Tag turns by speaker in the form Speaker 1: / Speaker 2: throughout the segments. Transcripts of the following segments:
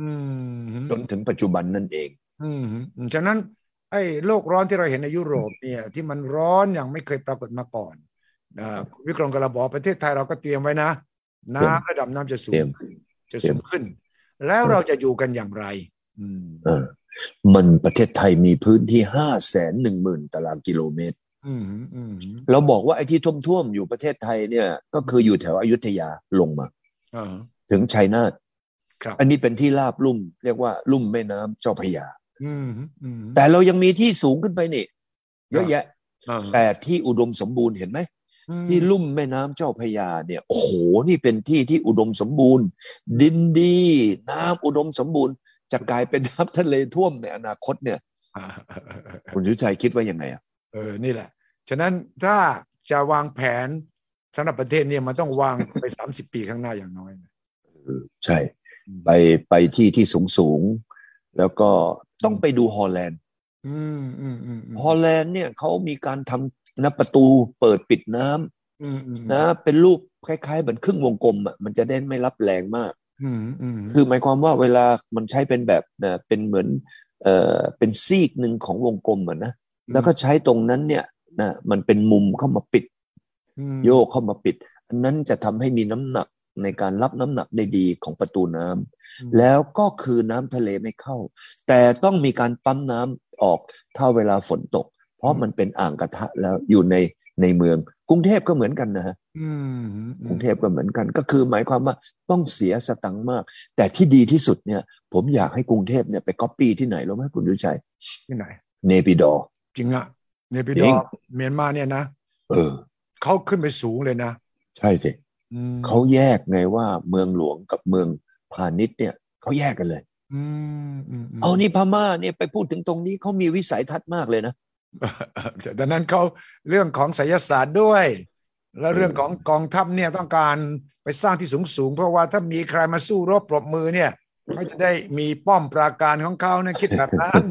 Speaker 1: อืม
Speaker 2: จนถึงปัจจุบันนั่นเอง
Speaker 1: อืมอืมฉะนั้นไอ้โลกร้อนที่เราเห็นในยุโรปเนี่ยที่มันร้อนอย่างไม่เคยปรากฏมาก่อนอ่าวิกรมกระบอกประเทศไทยเราก็เตรียมไว้นะ น้ำระดับน้ำจะสู
Speaker 2: เตรี
Speaker 1: ง
Speaker 2: ยม
Speaker 1: จะสูงขึ้น แล้วเราจะอยู่กันอย่างไร อืม
Speaker 2: เออ มันประเทศไทยมีพื้นที่ห้าแสนหนึ่งหมื่นตารางกิโลเมตร
Speaker 1: อืมอืม
Speaker 2: เราบอกว่าไอ้ที่ท่วมๆอยู่ประเทศไทยเนี่ย ก็คืออยู่แถวอยุธยาลงมา
Speaker 1: อ่า
Speaker 2: ถึงชัยนาท
Speaker 1: ครับ
Speaker 2: อันนี้เป็นที่ราบลุ่ม เรียกว่าลุ่มแม่น้ำเจ้าพระยา
Speaker 1: อืมอืม
Speaker 2: แต่เรายังมีที่สูงขึ้นไปนี่เยอะแยะ
Speaker 1: อ่า
Speaker 2: แต่ที่อุดมสมบูรณ์เห็นไหม ที่ลุ่มแม่น้ำเจ้าพระยาเนี่ยโอ้โหนี่เป็นที่ที่อุดมสมบูรณ์ ดินดี น้ำอุดมสมบูรณ์ จะกลายเป็นน้ำทะเลท่วมในอนาคตเนี่ย
Speaker 1: อ่า
Speaker 2: คุณยุทธชัยคิดว่ายังไงอ่ะ
Speaker 1: เออ นี่แหละ ฉะนั้นถ้าจะวางแผนสำหรับประเทศเนี่ยมันต้องวางไป สามสิบปีข้างหน้าอย่างน้อยนะ
Speaker 2: ใช่ ไปไปที่ที่สูงสูงๆแล้วก็ต้องไปดูฮอลแลนด์
Speaker 1: อืมอืมอืมอืม
Speaker 2: ฮอลแลนด์เนี่ยเขามีการทำนะประตูเปิดปิดน้
Speaker 1: อืมอืม
Speaker 2: ำนะเป็นรูปคล้ายๆเหมือนครึ่งวงกลมอ่ะมันจะได้ไม่รับแรงมาก
Speaker 1: อืมอืม
Speaker 2: คือหมายความว่าเวลามันใช้เป็นแบบนะเป็นเหมือนเอ่อเป็นซีกหนึ่งของวงกลมอะนะแล้วก็ใช้ตรงนั้นเนี่ยนะมันเป็นมุมเข้ามาปิด
Speaker 1: ม
Speaker 2: โยกเข้ามาปิด อันนั้นจะทำให้มีน้ำหนักในการรับน้ำหนักได้ดีของประตูน้ำแล้วก็คือน้ำทะเลไม่เข้า แต่ต้องมีการปั๊มน้ำออกถ้าเวลาฝนตก เพราะมันเป็นอ่างกระทะแล้วอยู่ในในเมือง กรุงเทพก็เหมือนกันนะฮะ
Speaker 1: อืมอืม
Speaker 2: กรุงเทพก็เหมือนกันก็คือหมายความว่าต้องเสียสตังค์มาก แต่ที่ดีที่สุดเนี่ย ผมอยากให้กรุงเทพเนี่ยไปก๊อปปี้ที่ไหนรู้ไหมคุณดุชัย
Speaker 1: ที่ไหน
Speaker 2: เนปิดอร์
Speaker 1: จริงอะเนปิ
Speaker 2: จ
Speaker 1: ด
Speaker 2: ริ
Speaker 1: อง ร์เมียนมาเนี่ยนะ
Speaker 2: เออ
Speaker 1: เขาขึ้นไปสูงเลยนะ
Speaker 2: ใช่สิ
Speaker 1: อืม
Speaker 2: เขาแยกไงว่าเมืองหลวงกับเมืองพาณิชย์เนี่ยเขาแยกกันเลย
Speaker 1: อืมอืมม
Speaker 2: เอานี่พม่าเนี่ยไปพูดถึงตรงนี้เขามีวิสัยทัศน์มากเลยนะ
Speaker 1: แต่ดังนั้นเขาเรื่องของไสยศาสตร์ด้วย แล้ว
Speaker 2: เออ
Speaker 1: เรื่องของกองทัพเนี่ยต้องการไปสร้างที่สูงสูงๆเพราะว่าถ้ามีใครมาสู้รบปรบมือเนี่ยเขาจะได้มีป้อมปราการของเขานะคิดแบบนั้น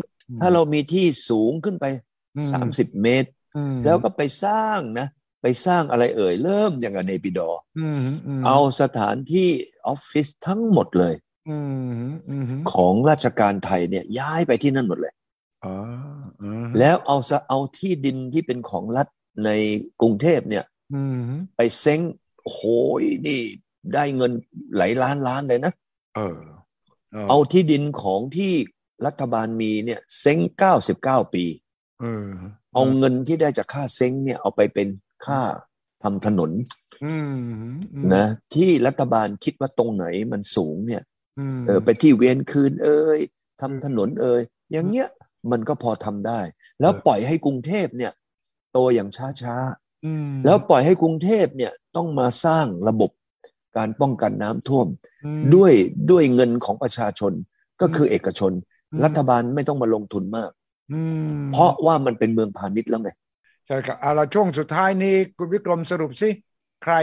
Speaker 2: ถ้าเรามีที่สูงขึ้นไป
Speaker 1: อื
Speaker 2: สามสิบเมตร
Speaker 1: อืม
Speaker 2: แล้วก็ไปสร้างนะ ไปสร้างอะไรเอ่ยเริ่มอย่างกับเนปิดอร์
Speaker 1: อืมม
Speaker 2: เอาสถานที่ออฟฟิศทั้งหมดเลย
Speaker 1: อืมอืม
Speaker 2: ของราชการไทยเนี่ยย้ายไปที่นั่นหมดเลย
Speaker 1: อ๋ออืม
Speaker 2: แล้วเอาสะเอาที่ดินที่เป็นของรัฐในกรุงเทพเนี่ย
Speaker 1: อืม
Speaker 2: ไปเซ้งโอ้โหยนี่ได้เงินหลายล้านล้านเลยนะ
Speaker 1: เออ
Speaker 2: เอาที่ดินของที่รัฐบาลมีเนี่ยเซ้ง99 ปี
Speaker 1: เออ
Speaker 2: เอาเงินที่ได้จากค่าเซ้งเนี่ยเอาไปเป็นค่าทำถนน
Speaker 1: อืมอืม
Speaker 2: นะที่รัฐบาลคิดว่าตรงไหนมันสูงเนี่ย
Speaker 1: ม
Speaker 2: เออไปที่เวียนคืนเอ่ย
Speaker 1: อื
Speaker 2: ทำ
Speaker 1: ม
Speaker 2: ถนนเอ่ยอย่างเงี้ยมันก็พอทำได้ แล้ว
Speaker 1: เออ
Speaker 2: ปล่อยให้กรุงเทพเนี่ย โตอย่างช้า
Speaker 1: อืม
Speaker 2: ๆ แล้วปล่อยให้กรุงเทพเนี่ยต้องมาสร้างระบบการป้องกันน้ำท่วม
Speaker 1: อืม
Speaker 2: ด้วยด้วยเงินของประชาชนก็คือเอกชน
Speaker 1: อืม
Speaker 2: รัฐบาลไม่ต้องมาลงทุนมาก
Speaker 1: อืม
Speaker 2: เพราะว่ามันเป็นเมืองพาณิชย์แล้วไง
Speaker 1: ใช่ครับเอาละช่วงสุดท้ายนี้คุณวิกรมสรุปสิ ใคร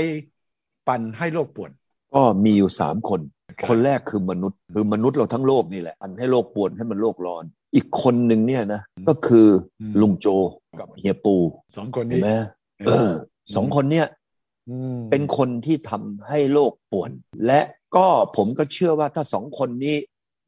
Speaker 1: ปั่นให้โลกป่วน
Speaker 2: ก็มีอยู่สามคน
Speaker 1: ครับ
Speaker 2: คนแรกคือมนุษย์ คือมนุษย์เราทั้งโลกนี่แหละอันให้โลกปวดให้มันโลกร้อน อีกคนหนึ่งเนี่ยนะก็คือ ลุงโจกับเฮียปู
Speaker 1: สองคน
Speaker 2: เห็น
Speaker 1: นี้
Speaker 2: ไหมเออสองคนเนี่ย
Speaker 1: ม
Speaker 2: เป็นคนที่ทำให้โลกป่วน และก็ผมก็เชื่อว่าถ้าสองคนนี้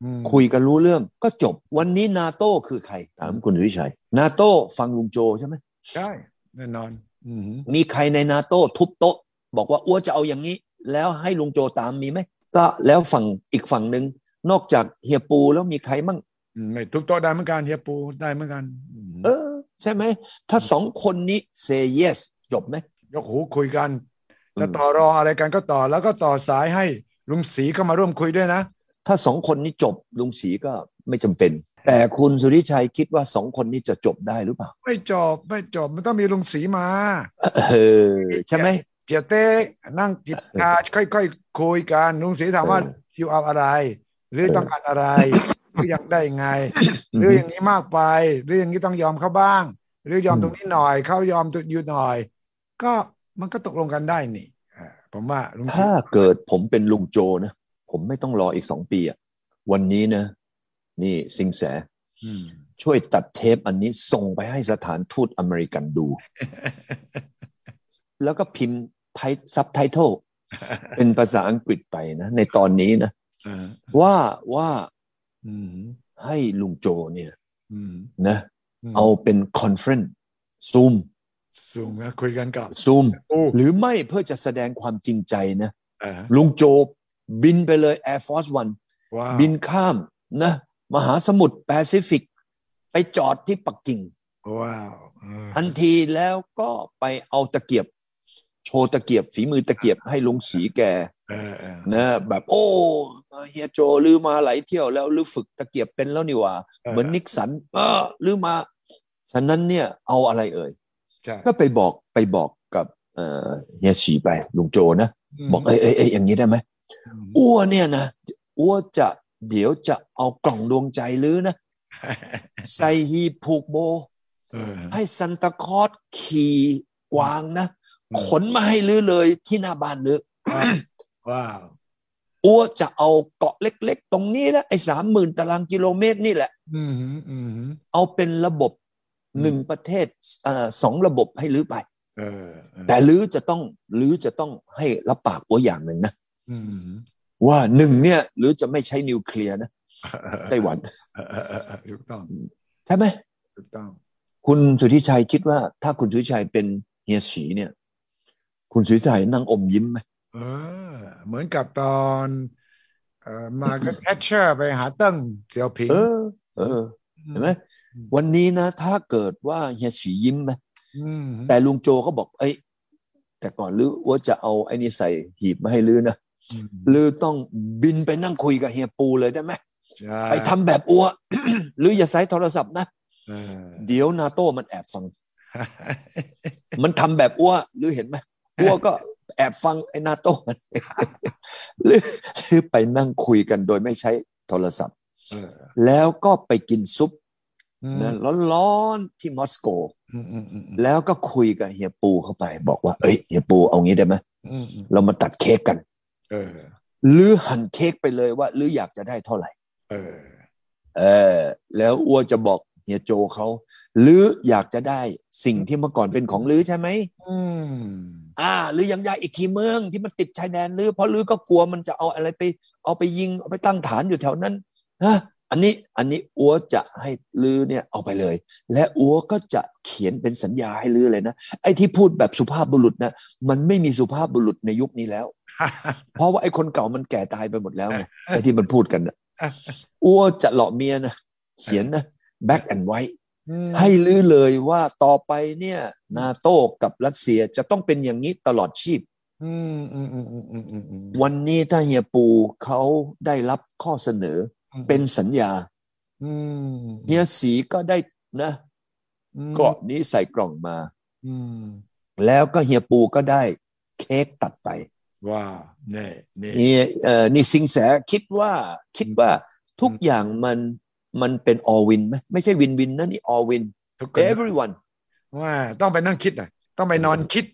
Speaker 1: อืม
Speaker 2: คุยกันรู้เรื่องก็จบ วันนี้นาโต้คือใคร ถามคุณวิชัย นาโต้ฟังลุงโจใช่ไหม
Speaker 1: ใช่แน่นอน อืม
Speaker 2: มีใครในนาโต้ทุบโต๊ะ บอกว่าอ้วจะเอาอย่างนี้ แล้วให้ลุงโจตามมีไหมก็แล้วฝั่งอีกฝั่งหนึ่งนอกจากเฮียปูแล้วมีใครมั่ง
Speaker 1: อืมไม่ทุกโต๊ะได้เหมือนกันเฮียปูได้เหมือนกันอืม
Speaker 2: เออ ใช่ไหมถ้าสองคนนี้ say yes จบไหม
Speaker 1: ยกหูคุยกัน
Speaker 2: อืม
Speaker 1: จะต่อรองอะไรกันก็ต่อแล้วก็ต่อสายให้ลุงศรีเข้ามาร่วมคุยด้วยนะ
Speaker 2: ถ้าสองคนนี้จบลุงศรีก็ไม่จำเป็น แต่คุณสุริชัยคิดว่าสองคนนี้จะจบได้หรือเปล่า
Speaker 1: ไม่จบไม่จบมันต้องมีลุงศรีมา
Speaker 2: เออ ใช่ไหม
Speaker 1: เจียเต้นั่งจิบชาค่อยๆคุยกันลุงศรีถามว่า
Speaker 2: เออ
Speaker 1: อยู่เอาอะไร หรือ
Speaker 2: เออ
Speaker 1: ต้องการอะไร หรืออยากได้ไง หรือ
Speaker 2: อืม
Speaker 1: อย่างนี้มากไป หรืออย่างนี้ต้องยอมเขาบ้าง หรือยอม
Speaker 2: อืม
Speaker 1: ตรงนี้หน่อยเขายอมตัวอยู่หน่อย ก็มันก็ตกลงกันได้นี่อ่าผมว่าลุงศรี
Speaker 2: ถ้าเกิดผมเป็นลุงโจนะ ผมไม่ต้องรออีกสองปีอะวันนี้นะ นี่สิงแส
Speaker 1: อืม
Speaker 2: ช่วยตัดเทปอันนี้ส่งไปให้สถานทูตอเมริกันดู แล้วก็พิมพ์ไทซับไทเทลเป็นภาษาอังกฤษไปนะ ในตอนนี้นะ
Speaker 1: อ่า
Speaker 2: ว่าว่า
Speaker 1: อืม
Speaker 2: ให้ลุงโจเนี่ย
Speaker 1: อืม
Speaker 2: นะเอาเป็นคอนเฟรนซ์ซูม
Speaker 1: สูงนะคุยกันกับ
Speaker 2: ซูม
Speaker 1: โอ้
Speaker 2: หรือไม่เพื่อจะแสดงความจริงใจนะ
Speaker 1: อ่า
Speaker 2: ลุงโจบินไปเลย Air Force One
Speaker 1: ว้าว
Speaker 2: บินข้ามนะ มหาสมุทรแปซิฟิก ไปจอดที่ปักกิ่ง
Speaker 1: ว้าวเออ
Speaker 2: ทันทีแล้วก็ไปเอาตะเกียบ โชว์ตะเกียบฝีมือตะเกียบให้ลุงสีแก
Speaker 1: เออเออ
Speaker 2: นะแบบโอ้เฮียโจลือมาหลายเที่ยวแล้วลือฝึกตะเกียบเป็นแล้วนี่หว่า เหมือนนิกสันเออลือมา ฉะนั้นเนี่ยเอาอะไรเอ่ย
Speaker 1: ใช่
Speaker 2: ก็ไปบอกไปบอกกับเอ่อเฮียฉีไปลุงโจนะ บอกเอ้ยเอ้ยเอ้ยอย่างนี้ได้ไหม
Speaker 1: ม
Speaker 2: อ้วเนี่ยนะอ้วจะเดี๋ยวจะเอากล่องดวงใจหรือนะ ใส่ฮีบผูกโบ
Speaker 1: เออ
Speaker 2: ให้ซันตาคลอสขี่กวางนะ
Speaker 1: อืม
Speaker 2: ขนมาให้ลือเลยที่หน้าบ้านลือ
Speaker 1: ว้าวว้าว
Speaker 2: อ้วจะเอาเกาะเล็กๆ ตรงนี้นะไอ้สามหมื่นตารางกิโลเมตรนี่แหละ
Speaker 1: อืมหืมอืมหืม
Speaker 2: เอาเป็นระบบ
Speaker 1: อืม
Speaker 2: หนึ่งประเทศเอ่อสองระบบให้ลือไป
Speaker 1: เออเออ
Speaker 2: แต่ลือจะต้องลือจะต้องให้รับปากอ้วอย่างหนึ่งนะ
Speaker 1: อืมหืม
Speaker 2: ว่าหนึ่งเนี่ยลือจะไม่ใช้นิวเคลียร์นะไต้หวัน
Speaker 1: เออเออเออเออถูกต้อง
Speaker 2: ใช่ไหม
Speaker 1: ถูกต้อง
Speaker 2: คุณสุทธิชัยคิดว่าถ้าคุณสุทธิชัยเป็นเฮียสีเนี่ย คุณสุทธิชัยนั่งอมยิ้มไหม
Speaker 1: เออเหมือนกับตอนเอ่อมาก็แทชเชอร์ไปหาเตั้งเสี่ยวผิง
Speaker 2: เออ เออเห็นไหมวันนี้นะ ถ้าเกิดว่าเฮียสียิ้มนะ
Speaker 1: อืม
Speaker 2: แต่ลุงโจก็บอก เอ้ยแต่ก่อนลือว่าจะเอาไอ้นี่ใส่หีบมาให้ลือนะ
Speaker 1: อืม
Speaker 2: ลือต้องบินไปนั่งคุยกับเฮียปูเลยได้ไหม
Speaker 1: ใช่
Speaker 2: ไปทำแบบอัว ลืออย่าใช้โทรศัพท์นะ
Speaker 1: เออ
Speaker 2: เดี๋ยวนาโต้มันแอบฟัง มันทำแบบอ้วหรือเห็นไหมอ้วก็แอบฟังไอ้นาโต้มัน หรือหรือไปนั่งคุยกันโดยไม่ใช้โทรศัพท์
Speaker 1: เออ
Speaker 2: แล้วก็ไปกินซุป
Speaker 1: อืม
Speaker 2: นะร้อนๆที่มอสโก
Speaker 1: อืมอืมอืม
Speaker 2: แล้วก็คุยกับเฮียปูเข้าไป บอกว่า เอ้ยเฮียปูเอางี้ได้ไหม
Speaker 1: อืมอืม
Speaker 2: เรามาตัดเค้กกัน
Speaker 1: เออ
Speaker 2: หรือหั่นเค้กไปเลยว่า หรืออยากจะได้เท่าไหร่
Speaker 1: เออ
Speaker 2: เออ แล้วอ้วจะบอกเฮียโจเขาหรืออยากจะได้สิ่งที่เมื่อก่อนเป็นของลือใช่ไหม
Speaker 1: อืม
Speaker 2: อ่าหรือยังยาอีกทีเมืองที่มันติดชายแดนหรือเพราะลือก็กลัวมันจะเอาอะไรไป เอาไปยิงเอาไปตั้งฐานอยู่แถวนั้นฮะอันนี้อันนี้อัวจะให้ลือเนี่ยเอาไปเลย และอัวก็จะเขียนเป็นสัญญาให้ลือเลยนะไอ้ที่พูดแบบสุภาพบุรุษนะมันไม่มีสุภาพบุรุษในยุคนี้แล้ว เพราะว่าไอ้คนเก่ามันแก่ตายไปหมดแล้วไงไอ้ที่มันพูดกันนะอัวจะหลอกเมียนะเขียนนะ black and white
Speaker 1: อืม
Speaker 2: ให้ลือเลยว่าต่อไปเนี่ยนาโต้กับรัสเซียจะต้องเป็นอย่างนี้ตลอดชีพ
Speaker 1: อืมอืมอืมอืมอืมอืมอืม
Speaker 2: วันนี้ถ้าเฮียปูเขาได้รับข้อเสนอเป็นสัญญา
Speaker 1: อืม
Speaker 2: เฮียสีก็ได้นะ
Speaker 1: อืม
Speaker 2: เกราะนี้ใส่กล่องมา
Speaker 1: อืม
Speaker 2: แล้วก็เฮียปูก็ได้เค้กตัดไป
Speaker 1: ว้าวเนี่ยเนี่ย
Speaker 2: เฮียเอ่อนี่สิงแสคิดว่าคิดว่าทุก
Speaker 1: อืม
Speaker 2: อย่างมันมันเป็น all win ไหมไม่ใช่ win win นะนี่ all win
Speaker 1: ทุกคน
Speaker 2: everyone
Speaker 1: ว่าต้องไปนั่งคิดหน่อยต้องไปนอนคิด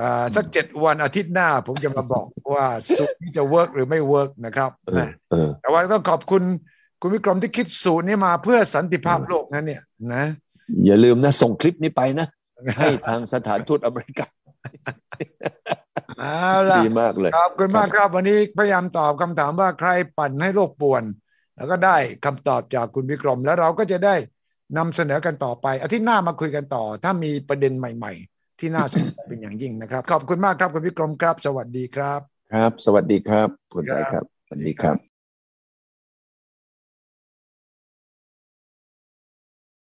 Speaker 1: อ่าสักเจ็ดวันอาทิตย์หน้า ผมจะมา บอกว่าสูตรนี้จะเวิร์กหรือไม่เวิร์กนะครับ
Speaker 2: เออ
Speaker 1: นะ
Speaker 2: เออ
Speaker 1: แต่ว่าต้องขอบคุณคุณวิกรมที่คิดสูตรนี้มาเพื่อสันติภาพโลกนะเนี่ยนะ
Speaker 2: อย่าลืมนะ ส่งคลิปนี้ไปนะ ให้ทางสถานทูตอเมริกา
Speaker 1: เอาล่ะ
Speaker 2: ดีมากเลย
Speaker 1: ขอบคุณมากครับวันนี้พยายามตอบคำถามว่าใครปั่นให้โลกป่วน แล้วก็ได้คำตอบจากคุณวิกรม แล้วเราก็จะได้นำเสนอกันต่อไปอาทิตย์หน้ามาคุยกันต่อ ถ้ามีประเด็นใหม่ ๆ ที่น่าสนใจเป็นอย่างยิ่งนะครับ ขอบคุณมากครับคุณวิกรมครับ สวัสดีครับ
Speaker 2: ครับ สวัสดีครับคุณไทยครับ สวัสดีครับ